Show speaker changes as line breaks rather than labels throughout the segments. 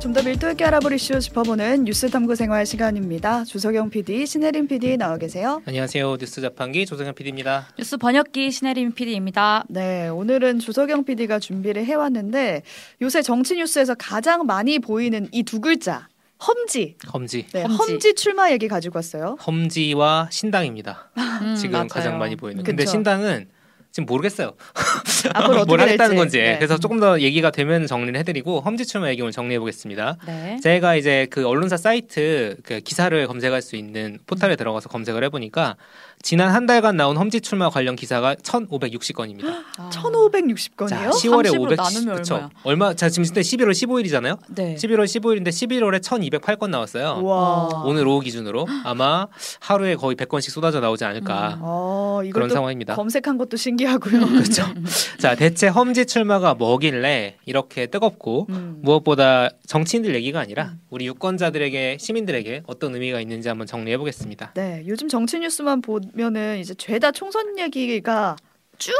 좀 더 밀도 있게 알아볼 이슈 짚어보는 뉴스 탐구 생활 시간입니다. 주석영 PD, 신혜림 PD 나와 계세요.
안녕하세요. 뉴스 자판기 조성현 PD입니다.
뉴스 번역기 신혜림 PD입니다.
네, 오늘은 주석영 PD가 준비를 해왔는데 요새 정치 뉴스에서 가장 많이 보이는 이 두 글자 험지.
험지.
네, 험지.
험지.
출마 얘기 가지고 왔어요.
험지와 신당입니다. 지금
음, 맞아요.
가장 많이 보이는. 근데
그쵸.
신당은 지금 모르겠어요.
아,
앞으로 어떻게
뭘 하겠다는
될지.
건지.
네.
그래서 조금 더 얘기가 되면 정리를 해드리고 험지 출마 얘기 오늘 정리해 보겠습니다.
네.
제가 이제 그 언론사 사이트 그 기사를 검색할 수 있는 포털에 들어가서 검색을 해보니까 지난 한 달간 나온 험지 출마 관련 기사가 1,560건입니다.
1,560건이요.
10월에
30으로
500.
나누면 얼마야?
얼마? 자 지금 그때 11월 15일이잖아요.
네.
11월 15일인데 11월에 1,208건 나왔어요.
와.
어.
오늘 오후 기준으로 아마 하루에 거의 100건씩 쏟아져 나오지 않을까
어,
그런
이것도
상황입니다.
검색한 것도 신기하고요. 그렇죠.
자, 대체 험지 출마가 뭐길래 이렇게 뜨겁고
음.
무엇보다 정치인들 얘기가 아니라 우리 유권자들에게 시민들에게 어떤 의미가 있는지 한번 정리해 보겠습니다.
네, 요즘 정치 뉴스만 보면은 이제 죄다 총선 얘기가 쭉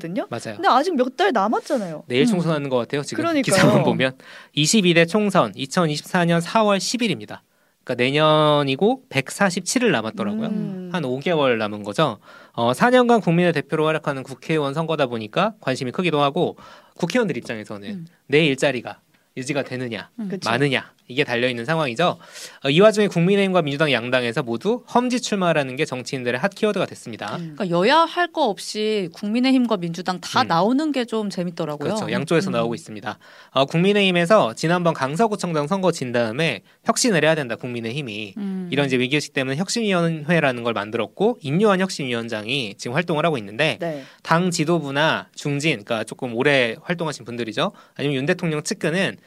나오거든요.
맞아요.
근데 아직 몇 달 남았잖아요.
내일
음.
총선하는 것 같아요. 지금
네. 그러니까요.
기사만 보면 22대 총선 2024년 4월 10일입니다. 그러니까 내년이고 147일 남았더라고요.
음.
한 5개월 남은 거죠. 어, 4년간 국민의 대표로 활약하는 국회의원 선거다 보니까 관심이 크기도 하고 국회의원들 입장에서는
음.
내 일자리가 유지가 되느냐,
그쵸.
음. 많으냐 이게 달려 있는 상황이죠. 어, 이 와중에 국민의힘과 민주당 양당에서 모두 험지 출마라는 게 정치인들의 핫 키워드가 됐습니다.
음.
그러니까 여야 할 거 없이 국민의힘과 민주당 다
음.
나오는 게 좀 재밌더라고요.
그렇죠. 양쪽에서
음.
나오고 있습니다. 어, 국민의힘에서 지난번 강서구청장 선거 진 다음에 혁신을 해야 된다. 국민의힘이
음.
이런 이제 위기의식 때문에 혁신위원회라는 걸 만들었고 인요한 혁신위원장이 지금 활동을 하고 있는데
네.
당 지도부나 중진, 그러니까 조금 오래 활동하신 분들이죠. 아니면 윤 대통령 측근은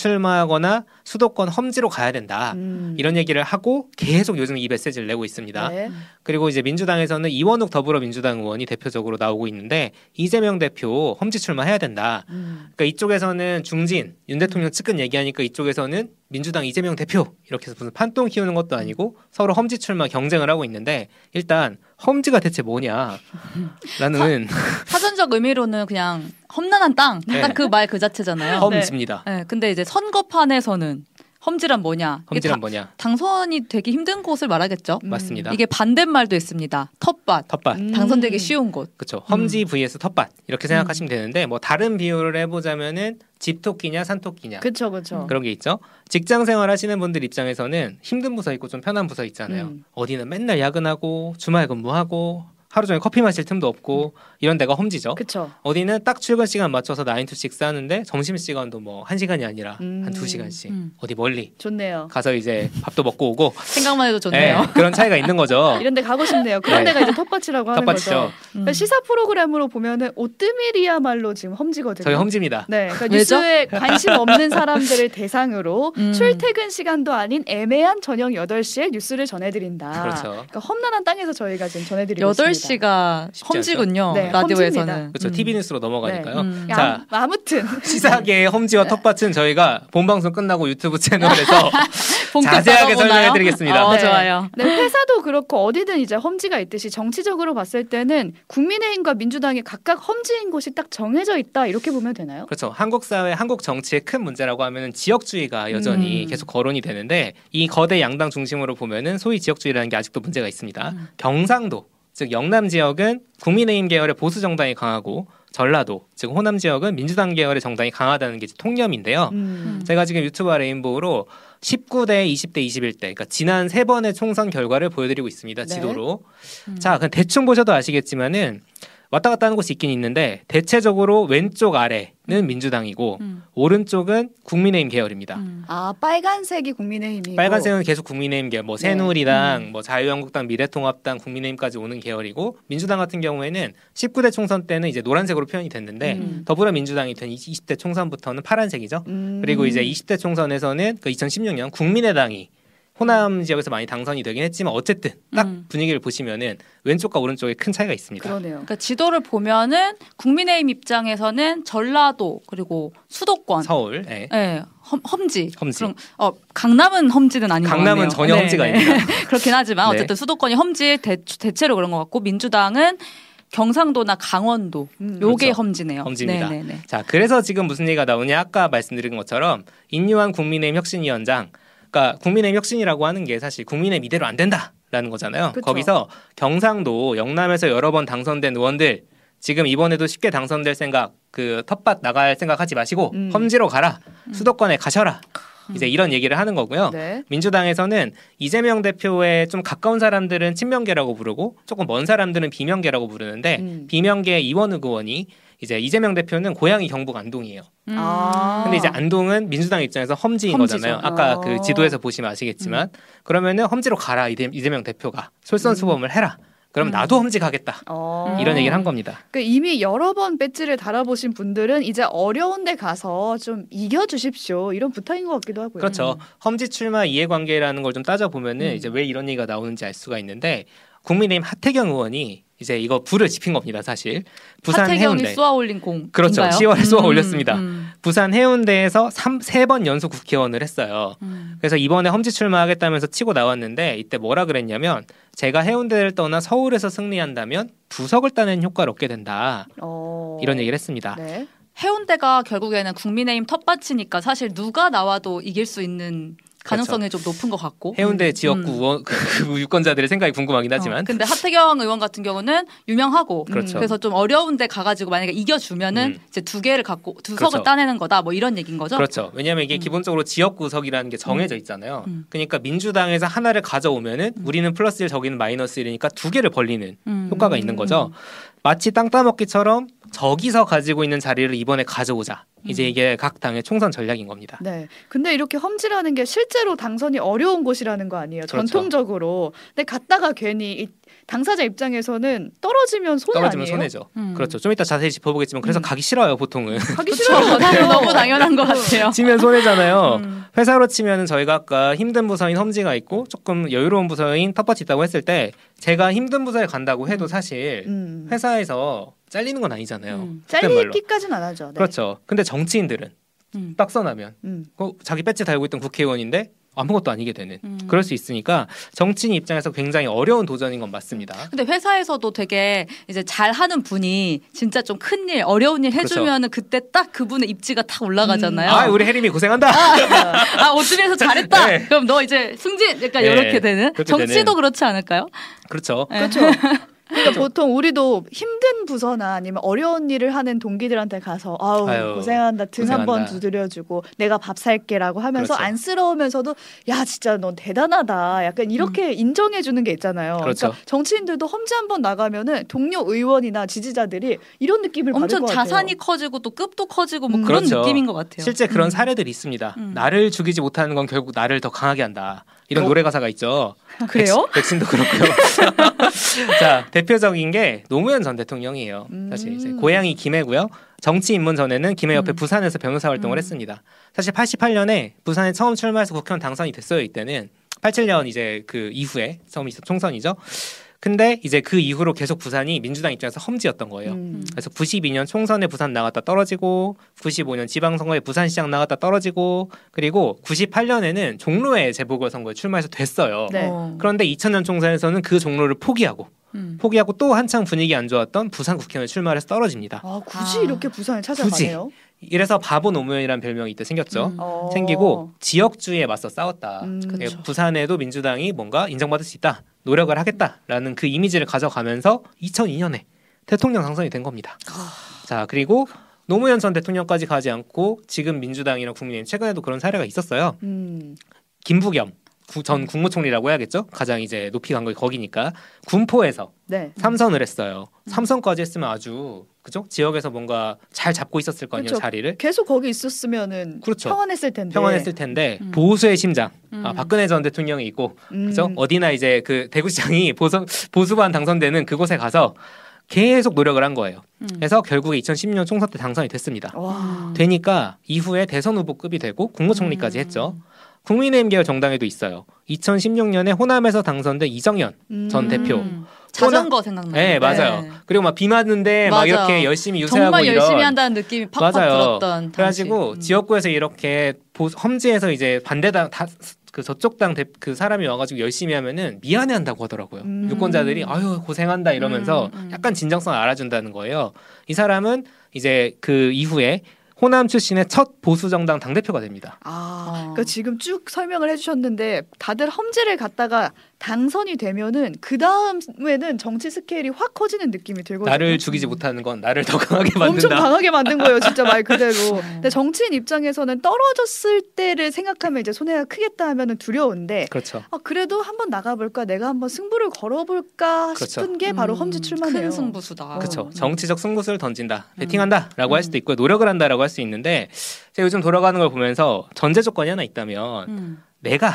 불출마하거나 수도권 험지로 가야 된다.
음.
이런 얘기를 하고 계속 요즘 이 메시지를 내고 있습니다.
네.
그리고 이제 민주당에서는 이원욱 더불어민주당 의원이 대표적으로 나오고 있는데 이재명 대표 험지 출마해야 된다.
음.
그러니까 이쪽에서는 중진, 윤 대통령 측근 얘기하니까 이쪽에서는 민주당 이재명 대표 이렇게 해서 무슨 판돈 키우는 것도 아니고 서로 험지 출마 경쟁을 하고 있는데 일단 험지가 대체 뭐냐라는
사전적 의미로는 그냥 험난한 땅,
네.
딱 그 말 그 자체잖아요.
험-
험지입니다.
네. 근데 이제 선거판에서는 험지란 뭐냐? 이게
험지란
다-
뭐냐?
당선이 되기 힘든 곳을 말하겠죠.
음.
맞습니다.
이게 반대말도 있습니다. 텃밭,
텃밭.
음.
당선되기 쉬운 곳.
그렇죠. 험지 vs 텃밭 이렇게
음.
생각하시면 되는데 뭐 다른 비유를 해보자면은 집토끼냐 산토끼냐
그쵸, 그쵸.
그런 게 있죠. 직장 생활 하시는 분들 입장에서는 힘든 부서 있고 좀 편한 부서 있잖아요.
음.
어디는 맨날 야근하고 주말 근무하고 하루 종일 커피 마실 틈도 없고 이런 데가 험지죠.
음. 그쵸.
어디는 딱 출근 시간 맞춰서 9 to 6 하는데 점심 시간도 뭐 한시간이 아니라
음.
한 두시간씩
음.
어디 멀리
좋네요.
가서 이제 밥도 먹고 오고
생각만 해도 좋네요.
예, 그런 차이가 있는 거죠.
이런 데 가고 싶네요. 그런
네.
데가 이제 텃밭이라고 하는 거죠.
텃밭이죠.
음.
그러니까 시사 프로그램으로 보면은 오뜨밀이야말로 지금 험지거든요.
저희 험지입니다.
네, 그러니까
왜죠?
뉴스에 관심 없는 사람들을 대상으로
음.
출퇴근 시간도 아닌 애매한 저녁 8시에 뉴스를 전해드린다.
그렇죠.
그러니까 험난한 땅에서 저희가 지금 전해드리고
여덟
있습니다.
시가
쉽지 않죠?
험지군요.
네, 험지입니다.
라디오에서는.
그렇죠.
음.
TV 뉴스로 넘어가니까요.
음. 네.
자,
야, 아무튼
시사계의 험지와 텃밭은 저희가 본방송 끝나고 유튜브 채널에서
네. 본격
자세하게
들어보나요?
설명해드리겠습니다.
어,
네.
좋아요.
네, 회사도 그렇고 어디든 이제 험지가 있듯이 정치적으로 봤을 때는 국민의힘과 민주당이 각각 험지인 곳이 딱 정해져 있다 이렇게 보면 되나요?
그렇죠. 한국 사회, 한국 정치의 큰 문제라고 하면 지역주의가 여전히
음.
계속 거론이 되는데 이 거대 양당 중심으로 보면은 소위 지역주의라는 게 아직도 문제가 있습니다.
음.
경상도 즉 영남 지역은 국민의힘 계열의 보수 정당이 강하고 전라도 즉 호남 지역은 민주당 계열의 정당이 강하다는 게 이제 통념인데요.
음.
제가 지금 유튜브와 레인보우로 19대, 20대, 21대, 그러니까 지난 세 번의 총선 결과를 보여드리고 있습니다.
네.
지도로.
음.
자, 그냥 대충 보셔도 아시겠지만은 왔다 갔다 하는 곳이 있긴 있는데 대체적으로 왼쪽 아래는 민주당이고
음.
오른쪽은 국민의힘 계열입니다.
음.
아 빨간색이 국민의힘이고
빨간색은 계속 국민의힘 계열, 뭐 새누리당, 뭐 자유한국당, 미래통합당, 국민의힘까지 오는 계열이고 민주당 같은 경우에는 19대 총선 때는 이제 노란색으로 표현이 됐는데
음.
더불어민주당이 된 20대 총선부터는 파란색이죠.
음.
그리고 이제 20대 총선에서는 그 2016년 국민의당이 호남 지역에서 많이 당선이 되긴 했지만 어쨌든 딱
음.
분위기를 보시면은 왼쪽과 오른쪽에 큰 차이가
음,
있습니다.
그러네요.
그러니까 지도를 보면은 국민의힘 입장에서는 전라도 그리고 수도권,
서울, 예.
예, 험, 험지.
험지.
그럼 어, 강남은 험지는 아닌 것 같네요.
강남은 전혀
네,
험지가
네.
아닙니다.
그렇긴 하지만
네.
어쨌든 수도권이 험지 대, 대체로 그런 것 같고 민주당은 경상도나 강원도
음.
요게
그렇죠.
험지네요.
험지입니다.
네네네.
자, 그래서 지금 무슨 얘기가 나오냐? 아까 말씀드린 것처럼 인유한 국민의힘 혁신위원장, 그러니까 국민의힘 혁신이라고 하는 게 사실 국민의힘 이대로 안 된다라는 거잖아요.
그쵸.
거기서 경상도, 영남에서 여러 번 당선된 의원들 지금 이번에도 쉽게 당선될 생각, 그 텃밭 나갈 생각하지 마시고
음. 아.
험지로 가라, 수도권에 가셔라. 이제 이런 얘기를 하는 거고요.
네.
민주당에서는 이재명 대표에 좀 가까운 사람들은 친명계라고 부르고 조금 먼 사람들은 비명계라고 부르는데
음.
비명계 이원우 의원이 이제 이재명 대표는 고향이 경북 안동이에요.
음.
아.
근데 이제 안동은 민주당 입장에서 험지인
험지죠.
거잖아요. 아까
어.
그 지도에서 보시면 아시겠지만 그러면은 험지로 가라 이재- 이재명 대표가 솔선수범을 해라. 그럼
음.
나도 험지 가겠다.
어.
음. 이런 얘기를 한
거.
겁니다.
그 이미 여러 번 배지를 달아보신 분들은 이제 어려운데 가서 좀 이겨주십시오. 이런 부탁인 것 같기도 하고요.
그렇죠. 험지 출마 이해관계라는 걸 좀 따져보면은
음.
이제 왜 이런 얘기가 나오는지 알 수가 있는데 국민의힘 하태경 의원이 이제 이거 불을 지핀 겁니다. 사실 부산 해운대
하태경이 쏘아올린 공.
그렇죠.
인가요?
시월에
음,
쏘아올렸습니다.
음,
부산 해운대에서 세 번 연속 국회의원을 했어요.
음.
그래서 이번에 험지 출마하겠다면서 치고 나왔는데 이때 뭐라 그랬냐면 제가 해운대를 떠나 서울에서 승리한다면 부석을 따는 효과를 얻게 된다
어.
이런 얘기를 했습니다.
네.
해운대가 결국에는 국민의힘 텃밭이니까 사실 누가 나와도 이길 수 있는 가능성이 좀 높은 것 같고.
그렇죠. 해운대
음.
지역구
음.
의원- 그 유권자들의 생각이 궁금하긴
어,
하지만
근데 하태경 의원 같은 경우는 유명하고
그렇죠.
그래서 좀 어려운데 가가지고 만약에 이겨주면은
음.
이제 두 개를 갖고 두
그렇죠.
석을 따내는 거다 뭐 이런 얘기인 거죠.
그렇죠. 왜냐하면 이게 기본적으로 지역 구석이라는 게 정해져 있잖아요.
음.
그러니까 민주당에서 하나를 가져오면은 우리는 플러스 1 저기는 마이너스 1이니까 두 개를 벌리는
음.
효과가 있는 거죠. 마치 땅 따먹기처럼 저기서 가지고 있는 자리를 이번에 가져오자.
음.
이제 이게 각 당의 총선 전략인 겁니다.
네. 근데 이렇게 험지라는 게 실제로 당선이 어려운 곳이라는 거 아니에요.
그렇죠.
전통적으로. 근데 갔다가 괜히 이 당사자 입장에서는 떨어지면 손해
떨어지면
아니에요.
손해죠.
음.
그렇죠. 좀 이따 자세히 짚어보겠지만 그래서 가기 싫어요 보통은.
가기
그렇죠.
싫은 것
네,
같아요. 음.
너무 당연한 것 같아요.
치면 손해잖아요.
음.
회사로 치면은 저희가 아까 힘든 부서인 험지가 있고 조금 여유로운 부서인 텃밭이 있다고 했을 때 제가 힘든 부서에 간다고 해도 사실
음.
회사에서 잘리는 건 아니잖아요.
음.
그런 말로.
잘리기까지는 안 하죠. 네.
그렇죠. 근데 정치인들은
음.
빡선하면
음.
어, 자기 배지 달고 있던 국회의원인데 아무것도 아니게 되는
음.
그럴 수 있으니까 정치인 입장에서 굉장히 어려운 도전인 건 맞습니다.
근데 회사에서도 되게 이제 잘하는 분이 진짜 좀 큰일 어려운 일 해주면은 그때 딱 그분의 입지가 탁 올라가잖아요.
그렇죠. 아 우리 해림이 고생한다.
아 오줌에서 잘했다.
네.
그럼 너 이제 승진 약간
예,
이렇게 되는
그렇게
정치도
되는.
그렇지 않을까요?
네,
그렇죠.
그렇죠. 그러니까 보통 우리도 힘든 부서나 아니면 어려운 일을 하는 동기들한테 가서 아우
아유,
고생한다 등 한 번
고생한다.
두드려주고 내가 밥 살게라고 하면서
그렇죠.
안쓰러우면서도 야 진짜 넌 대단하다 약간 이렇게 인정해 주는 게 있잖아요.
음. 그렇죠.
러니까 정치인들도 험지 한 번 나가면은 동료 의원이나 지지자들이 이런 느낌을 받을
엄청
것
자산이
같아요.
커지고 또 급도 커지고 뭐
음.
그런
그렇죠.
느낌인 것 같아요.
실제 그런 사례들이 있습니다.
음.
나를 죽이지 못하는 건 결국 나를 더 강하게 한다. 이런
어?
노래 가사가 있죠.
아,
그래요?
백신, 백신도 그렇고요. 자 대표적인 게 노무현 전 대통령이에요. 사실 이제
음.
고향이 김해고요. 정치 입문 전에는 김해 옆에
음.
부산에서 변호사 활동을
음.
했습니다. 사실 88년에 부산에 처음 출마해서 국회의원 당선이 됐어요. 이때는 87년 이제 그 이후에 처음 있었 총선이죠. 근데 이제 그 이후로 계속 부산이 민주당 입장에서 험지였던 거예요.
음.
그래서 92년 총선에 부산 나갔다 떨어지고 95년 지방선거에 부산시장 나갔다 떨어지고 그리고 98년에는 종로에 재보궐선거에 출마해서 됐어요.
네.
어.
그런데 2000년 총선에서는 그 종로를 포기하고
음.
포기하고 또 한창 분위기 안 좋았던 부산 국회의원 출마를 해서 떨어집니다.
아 굳이
아.
이렇게 부산을 찾아가네요.
이래서 바보 노무현이라는 별명이 이때 생겼죠.
음.
어.
생기고 지역주의에 맞서 싸웠다.
음.
예,
그렇죠.
부산에도 민주당이 뭔가 인정받을 수 있다. 노력을 하겠다라는 그 이미지를 가져가면서 2002년에 대통령 당선이 된 겁니다.
아.
자, 그리고 노무현 전 대통령까지 가지 않고 지금 민주당이나 국민의힘 최근에도 그런 사례가 있었어요.
음.
김부겸 구- 전 국무총리라고 해야겠죠. 가장 이제 높이 간 거 거기니까 군포에서
네.
삼선을 했어요.
음.
삼선까지 했으면 아주 그죠? 지역에서 뭔가 잘 잡고 있었을 거 아니에요,
그렇죠.
자리를.
계속 거기 있었으면은
그렇죠.
평안했을 텐데.
평안했을 텐데
음.
보수의 심장 아,
음.
박근혜 전 대통령이 있고
음.
그죠? 어디나 이제 그 대구시장이 보수, 보수반 당선되는 그곳에 가서 계속 노력을 한 거예요.
음. 어.
그래서 결국에 2016년 총선 때 당선이 됐습니다.
와.
되니까 이후에 대선 후보급이 되고
음.
국무총리까지 했죠. 국민의힘 계열 정당에도 있어요. 2016년에 호남에서 당선된 이정현.
음.
전 대표.
자전거 생각나요.
네, 맞아요.
네.
그리고 막 비 맞는데 막
맞아요.
이렇게 열심히 유세하고
정말
이런.
열심히 한다는 느낌이 팍팍
맞아요.
들었던. 당시.
그래가지고
음.
지역구에서 이렇게 보- 험지에서 이제 반대당 다, 그 저쪽 당 그 사람이 와가지고 열심히 하면은 미안해한다고 하더라고요.
음.
유권자들이 아유 고생한다 이러면서
음, 음.
약간 진정성을 알아준다는 거예요. 이 사람은 이제 그 이후에 호남 출신의 첫 보수 정당 당 대표가 됩니다.
아,
어.
그러니까 지금 쭉 설명을 해주셨는데 다들 험지를 갔다가 당선이 되면은 그 다음에는 정치 스케일이 확 커지는 느낌이 들거든요.
나를 죽이지 못하는 건 나를 더 강하게
엄청
만든다.
강하게 만든 거예요, 진짜 말 그대로.
어.
근데 정치인 입장에서는 떨어졌을 때를 생각하면 이제 손해가 크겠다 하면은 두려운데
그렇죠.
아, 그래도 한번 나가볼까, 내가 한번 승부를 걸어볼까
그렇죠.
싶은 게 바로
음,
험지 출마네요.
큰 승부수다.
어.
그쵸
음.
정치적 승부수를 던진다,
아. 음.
베팅한다라고 할 수도 있고 노력을 한다라고 할 수 있는데 제가 요즘 돌아가는 걸 보면서 전제 조건이 하나 있다면
음.
내가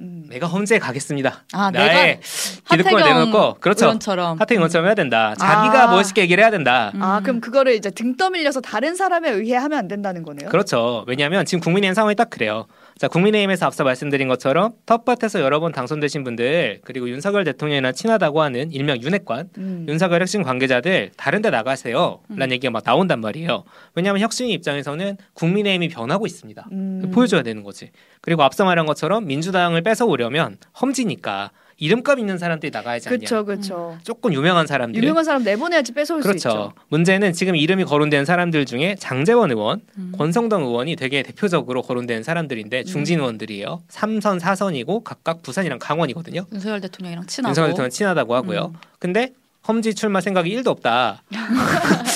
음.
내가 험지에 가겠습니다.
아,
나의 기득권을
하태경
내놓고 그렇죠.
의원처럼.
하태경 의원처럼 해야 된다. 자기가
아.
멋있게 얘기를 해야 된다.
음.
아, 그럼 그거를 이제 등 떠밀려서 다른 사람에 의해 하면 안 된다는 거네요.
그렇죠. 왜냐하면 지금 국민의힘 상황이 딱 그래요. 자, 국민의힘에서 앞서 말씀드린 것처럼 텃밭에서 여러 번 당선되신 분들 그리고 윤석열 대통령이나 친하다고 하는 일명 윤핵관
음.
윤석열 혁신 관계자들 다른데 나가세요.
음.
라는 얘기가 막 나온단 말이에요. 왜냐하면 혁신 입장에서는 국민의힘이 변하고 있습니다.
음.
보여줘야 되는 거지. 그리고 앞서 말한 것처럼 민주당을 뺏어오려면 험지니까 이름값 있는 사람들이 나가야지 않냐.
그렇죠, 그렇죠.
조금 유명한 사람들.
유명한 사람 내보내야지 뺏어올 수
그렇죠.
있죠.
문제는 지금 이름이 거론된 사람들 중에 장재원 의원,
음.
권성동 의원이 되게 대표적으로 거론된 사람들인데 중진 의원들이에요. 삼선사선이고 각각 부산이랑 강원이거든요.
윤석열 대통령이랑 친하고.
윤석열 대통령 친하다고 하고요. 근데 험지 출마 생각이 일도 없다.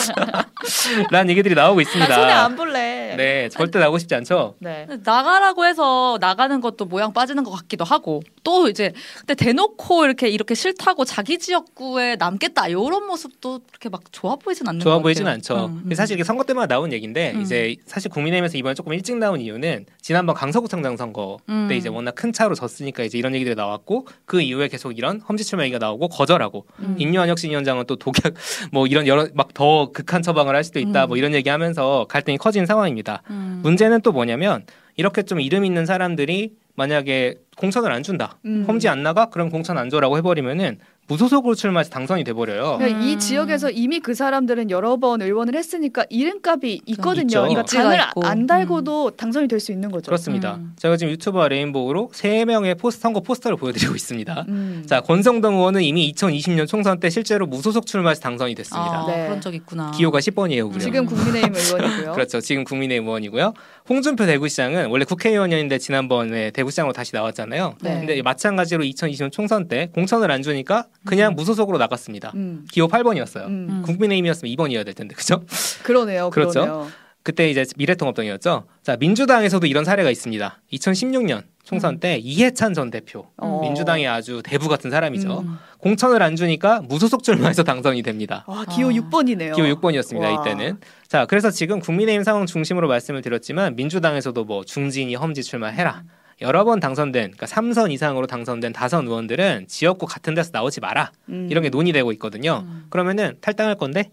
라는 얘기들이 나오고
난 아, 손해 안
있습니다.
볼래.
네, 절대 나오고 싶지 않죠.
네.
나가라고 해서 나가는 것도 모양 빠지는 것 같기도 하고 또 이제 근데 대놓고 이렇게 이렇게 싫다고 자기 지역구에 남겠다 이런 모습도 그렇게 막 좋아 보이진 않는
좋아
것
보이진
같아요.
않죠.
음,
근데
음.
사실 이게 선거 때마다 나온 얘기인데
음.
이제 사실 국민의힘에서 이번에 조금 일찍 나온 이유는 지난번 강서구청장 선거
음.
때 이제 뭐 워낙 큰 차로 졌으니까 이제 이런 얘기들이 나왔고 그 이후에 계속 이런 험지 출마 얘기가 나오고 거절하고
음.
임요한 혁신위원장은 또 독약 뭐 이런 여러 막 더 극한 처방을 할 수도 있다
음.
뭐 이런 얘기하면서 갈등이 커진 상황입니다.
음.
문제는 또 뭐냐면 이렇게 좀 이름 있는 사람들이 만약에 공천을 안 준다
음.
험지 안 나가 그럼 공천 안 줘라고 해버리면은 무소속으로 출마해서 당선이 돼버려요.
그러니까 이
음.
지역에서 이미 그 사람들은 여러 번 의원을 했으니까 이름값이 있거든요.
있죠. 음.
이거
입지가
장을
있고.
안 달고도 당선이 될 수 있는 거죠.
그렇습니다.
음.
제가 지금 유튜버 레인보우로 세 명의 포스, 선거 포스터를 보여드리고 있습니다.
음.
자 권성동 의원은 이미 2020년 총선 때 실제로 무소속 출마해서 당선이 됐습니다.
아,
네.
그런 적 있구나.
기호가 10번이에요. 무려.
지금 국민의힘 의원이고요.
음. 그렇죠. 지금 국민의힘 의원이고요. 홍준표 대구시장은 원래 국회의원이었는데 지난번에 대구시장으로 다시 나왔잖아요.
네.
근데 마찬가지로 2020년 총선 때 공천을 안 주니까 그냥 무소속으로 나갔습니다.
음.
기호 8번이었어요.
음.
국민의힘이었으면 2번이어야 될 텐데 그죠?
그러네요.
그렇죠.
그러네요.
그때 이제 미래통합당이었죠. 자 민주당에서도 이런 사례가 있습니다. 2016년 총선 때 이해찬 전 대표
음. 어.
민주당의 아주 대부 같은 사람이죠.
음.
공천을 안 주니까 무소속 출마해서 당선이 됩니다.
아, 기호
아.
6번이네요.
기호 6번이었습니다.
와.
이때는 자 그래서 지금 국민의힘 상황 중심으로 말씀을 드렸지만 민주당에서도 뭐 중진이 험지 출마해라 여러 번 당선된 그러니까 3선 이상으로 당선된 다선 의원들은 지역구 같은 데서 나오지 마라
음.
이런 게 논의되고 있거든요.
음.
그러면은 탈당할 건데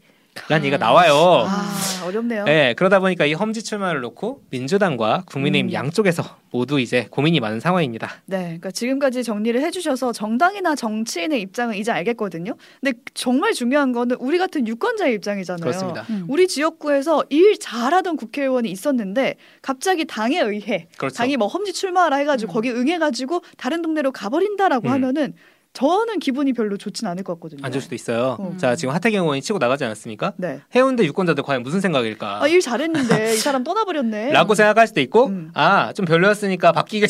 라는
음.
얘기가 나와요.
아, 어렵네요.
네, 그러다 보니까 이 험지 출마를 놓고 민주당과 국민의힘
음.
양쪽에서 모두 이제 고민이 많은 상황입니다.
네, 그러니까 지금까지 정리를 해주셔서 정당이나 정치인의 입장은 이제 알겠거든요. 근데 정말 중요한 거는 우리 같은 유권자의 입장이잖아요.
그렇습니다.
음.
우리 지역구에서 일 잘하던 국회의원이 있었는데 갑자기 당에 의해
그렇죠.
당이 뭐 험지 출마하라 해가지고
음.
거기 응해가지고 다른 동네로 가버린다라고
음.
하면은 저는 기분이 별로 좋진 않을 것 같거든요.
안 좋을 수도 있어요.
음.
자, 지금 하태경 의원이 치고 나가지 않았습니까?
네.
해운대 유권자들 과연 무슨 생각일까?
아, 일 잘했는데 이 사람 떠나버렸네. 아,
라고 생각할 수도 있고
음.
아 좀 별로였으니까 바뀌길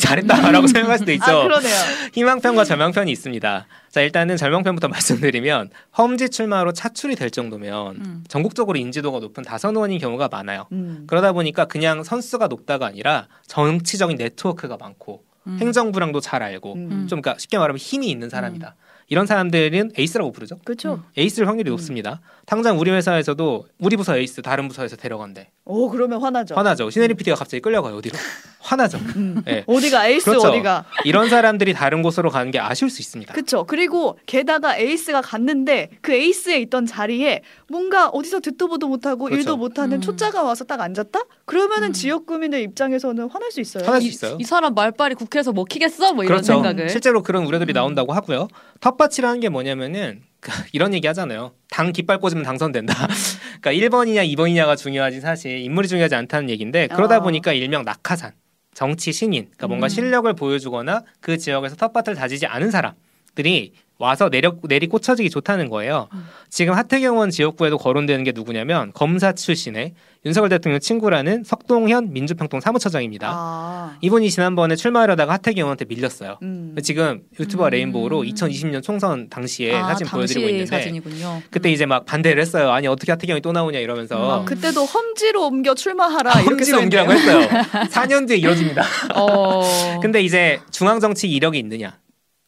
잘했다라고 생각할 수도 있죠.
아, 그러네요.
희망편과 절망편이 있습니다. 자 일단은 절망편부터 말씀드리면 험지 출마로 차출이 될 정도면
음.
전국적으로 인지도가 높은 다선 의원인 경우가 많아요.
음.
그러다 보니까 그냥 선수가 높다가 아니라 정치적인 네트워크가 많고
음.
행정부랑도 잘 알고
음.
좀 그러니까 쉽게 말하면 힘이 있는 사람이다. 이런 사람들은 에이스라고 부르죠.
그렇죠.
에이스일 확률이
음.
높습니다. 당장 우리 회사에서도 우리 부서 에이스 다른 부서에서 데려간대.
오 그러면 화나죠.
화나죠. 시네리 PD가 갑자기 끌려가요. 어디로? 화나죠.
음.
예.
어디가 에이스
그렇죠.
어디가.
이런 사람들이 다른 곳으로 가는 게 아쉬울 수 있습니다.
그렇죠. 그리고 게다가 에이스가 갔는데 그 에이스에 있던 자리에 뭔가 어디서 듣도 보도 못하고
그렇죠.
일도 못하는
음.
초짜가 와서 딱 앉았다? 그러면은
음.
지역 구민들 입장에서는 화날 수 있어요.
화날 수 있어요.
이 사람 말빨이 국회에서 먹히겠어? 뭐 이런
그렇죠.
생각을.
실제로 그런 우려들이
음.
나온다고 하고요. 텃밭이라는 게 뭐냐면은 그 이런 얘기 하잖아요. 당 깃발 꽂으면 당선된다. 그러니까 1번이냐 2번이냐가 중요하지 사실 인물이 중요하지 않다는 얘기인데 그러다
어.
보니까 일명 낙하산. 정치 신인, 그러니까 뭔가
아. 음.
실력을 보여주거나 그 지역에서 텃밭을 다지지 않은 사람들이 와서 내려 내리 꽂혀지기 좋다는 거예요.
음.
지금 하태경원 지역구에도 거론되는 게 누구냐면 검사 출신의 윤석열 대통령 친구라는 석동현 민주평통 사무처장입니다.
아.
이분이 지난번에 출마하려다가 하태경원한테 밀렸어요.
음.
그 지금 유튜버
음.
레인보우로 2020년 총선 당시에
아,
예, 사진 보여드리고
당시
있는데
사진이군요.
그때 이제 막 반대를 했어요. 아니 어떻게 하태경이 또 나오냐 이러면서
음.
그때도 험지로 옮겨 출마하라 이렇게
아, 험지 넘기라고
써있네요.
했어요. 4년 뒤에 이뤄집니다.
어.
근데 이제 중앙 정치 이력이 있느냐?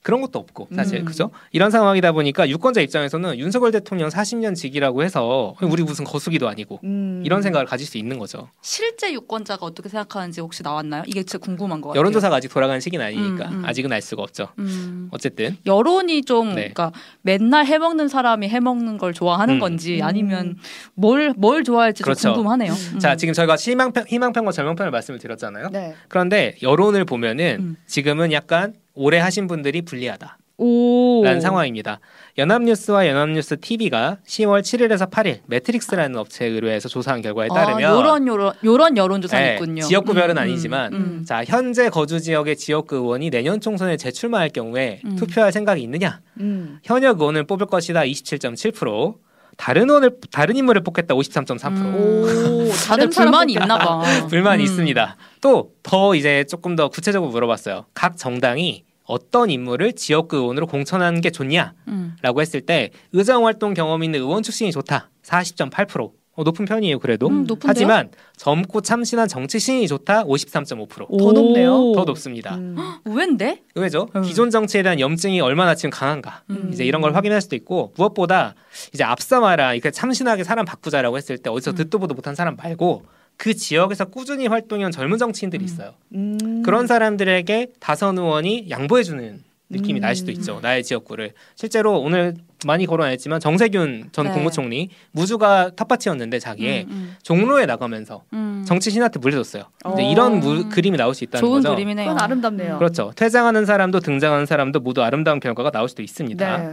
그런 것도 없고 사실
음.
그죠? 이런 상황이다 보니까 유권자 입장에서는 윤석열 대통령 40년 직이라고 해서 우리 무슨 거수기도 아니고
음.
이런 생각을 가질 수 있는 거죠.
실제 유권자가 어떻게 생각하는지 혹시 나왔나요? 이게 진짜 궁금한 것 같아요.
여론조사가 아직 돌아가는 시기는 아니니까
음, 음.
아직은 알 수가 없죠.
음.
어쨌든
여론이 좀
네.
그러니까 맨날 해먹는 사람이 해먹는 걸 좋아하는
음.
건지
음.
아니면 뭘 뭘 좋아할지 좀
그렇죠.
궁금하네요.
음.
자 지금 저희가 희망편, 희망편과 절망편을 말씀을 드렸잖아요.
네.
그런데 여론을 보면은
음.
지금은 약간 오래 하신 분들이 불리하다.
오.
라는 상황입니다. 연합뉴스와 연합뉴스 TV가 10월 7일에서 8일 매트릭스라는 업체에 의뢰해서 조사한 결과에 따르면
아, 요런 요런 요런 여론 조사
네,
가 있군요.
지역구별은 아니지만
음.
자 현재 거주 지역의 지역구 의원이 내년 총선에 재출마할 경우에
음.
투표할 생각이 있느냐?
음.
현역 의원을 뽑을 것이다 27.7%, 다른 의원을 다른 인물을 뽑겠다 53.3%.
오, 다들
다른 사람
불만이
뽑겠다.
있나 봐.
불만이
음.
있습니다. 또 더 이제 조금 더 구체적으로 물어봤어요. 각 정당이 어떤 인물을 지역구 의원으로 공천하는 게 좋냐?
음.
라고 했을 때 의정 활동 경험 있는 의원 출신이 좋다. 40.8%. 어, 높은 편이에요, 그래도.
음, 높은데요?
하지만 젊고 참신한 정치 신이 좋다. 53.5%.
더 높네요.
더 높습니다.
음.
의외인데?
의외죠.
음.
기존 정치에 대한 염증이 얼마나 지금 강한가.
음.
이제 이런 걸 확인할 수도 있고 무엇보다 이제 앞서 말한 이렇게 참신하게 사람 바꾸자라고 했을 때 어디서
음.
듣도 보도 못한 사람 말고 그 지역에서 꾸준히 활동한 젊은 정치인들이
음.
있어요.
음.
그런 사람들에게 다선 의원이 양보해주는 느낌이
음.
날 수도 있죠. 나의 지역구를 실제로 오늘 많이 거론 안 했지만 정세균 전
네.
국무총리 무주가 텃밭이었는데 자기의
음,
종로에 나가면서
음.
정치 신한테 물려줬어요. 이제
어.
이런 무- 그림이 나올 수 있다는
좋은
거죠.
그림이네요.
그건 아름답네요.
그렇죠. 퇴장하는 사람도 등장하는 사람도 모두 아름다운 결과가 나올 수도 있습니다.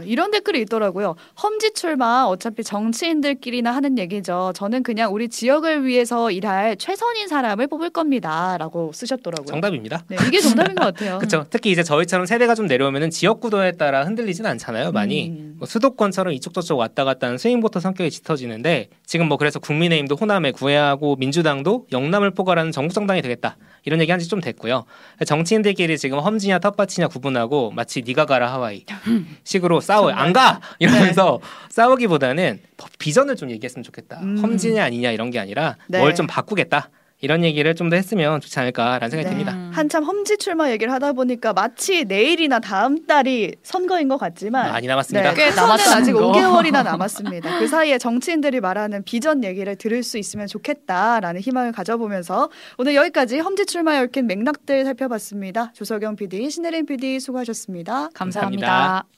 네, 이런 댓글이 있더라고요. 험지 출마 어차피 정치인들끼리나 하는 얘기죠. 저는 그냥 우리 지역을 위해서 일할 최선인 사람을 뽑을 겁니다라고 쓰셨더라고요.
정답입니다.
네, 이게 정답인 것 같아요.
그렇죠. 특히 이제 저희처럼 세대가 좀 내려오면은 지역 구도에 따라 흔들리진 않잖아요. 많이
음.
뭐 수도권처럼 이쪽 저쪽 왔다 갔다 하는 스윙보터 성격이 짙어지는데 지금 뭐 그래서 국민의힘도 호남에 구애하고 민주당도 영남을 포괄하는 전국정당이 되겠다 이런 얘기 한 지 좀 됐고요. 정치인들끼리 지금 험지냐 텃밭이냐 구분하고 마치 네가 가라 하와이 식으로 싸워요. 안 가! 이러면서 싸우기보다는 더 비전을 좀 얘기했으면 좋겠다.
네. 음.
험지냐 아니냐 이런 게 아니라
네.
뭘 좀 바꾸겠다. 이런 얘기를 좀 더 했으면 좋지 않을까라는 생각이
네.
듭니다.
음.
한참 험지 출마 얘기를 하다 보니까 마치 내일이나 다음 달이 선거인 것 같지만
많이 남았습니다.
네, 꽤
선거는
남았다는 아직
아직
5개월이나 남았습니다. 그 사이에 정치인들이 말하는 비전 얘기를 들을 수 있으면 좋겠다라는 희망을 가져보면서 오늘 여기까지 험지 출마에 얽힌 맥락들 살펴봤습니다. 조석영 PD, 신혜림 PD 수고하셨습니다.
감사합니다.
감사합니다.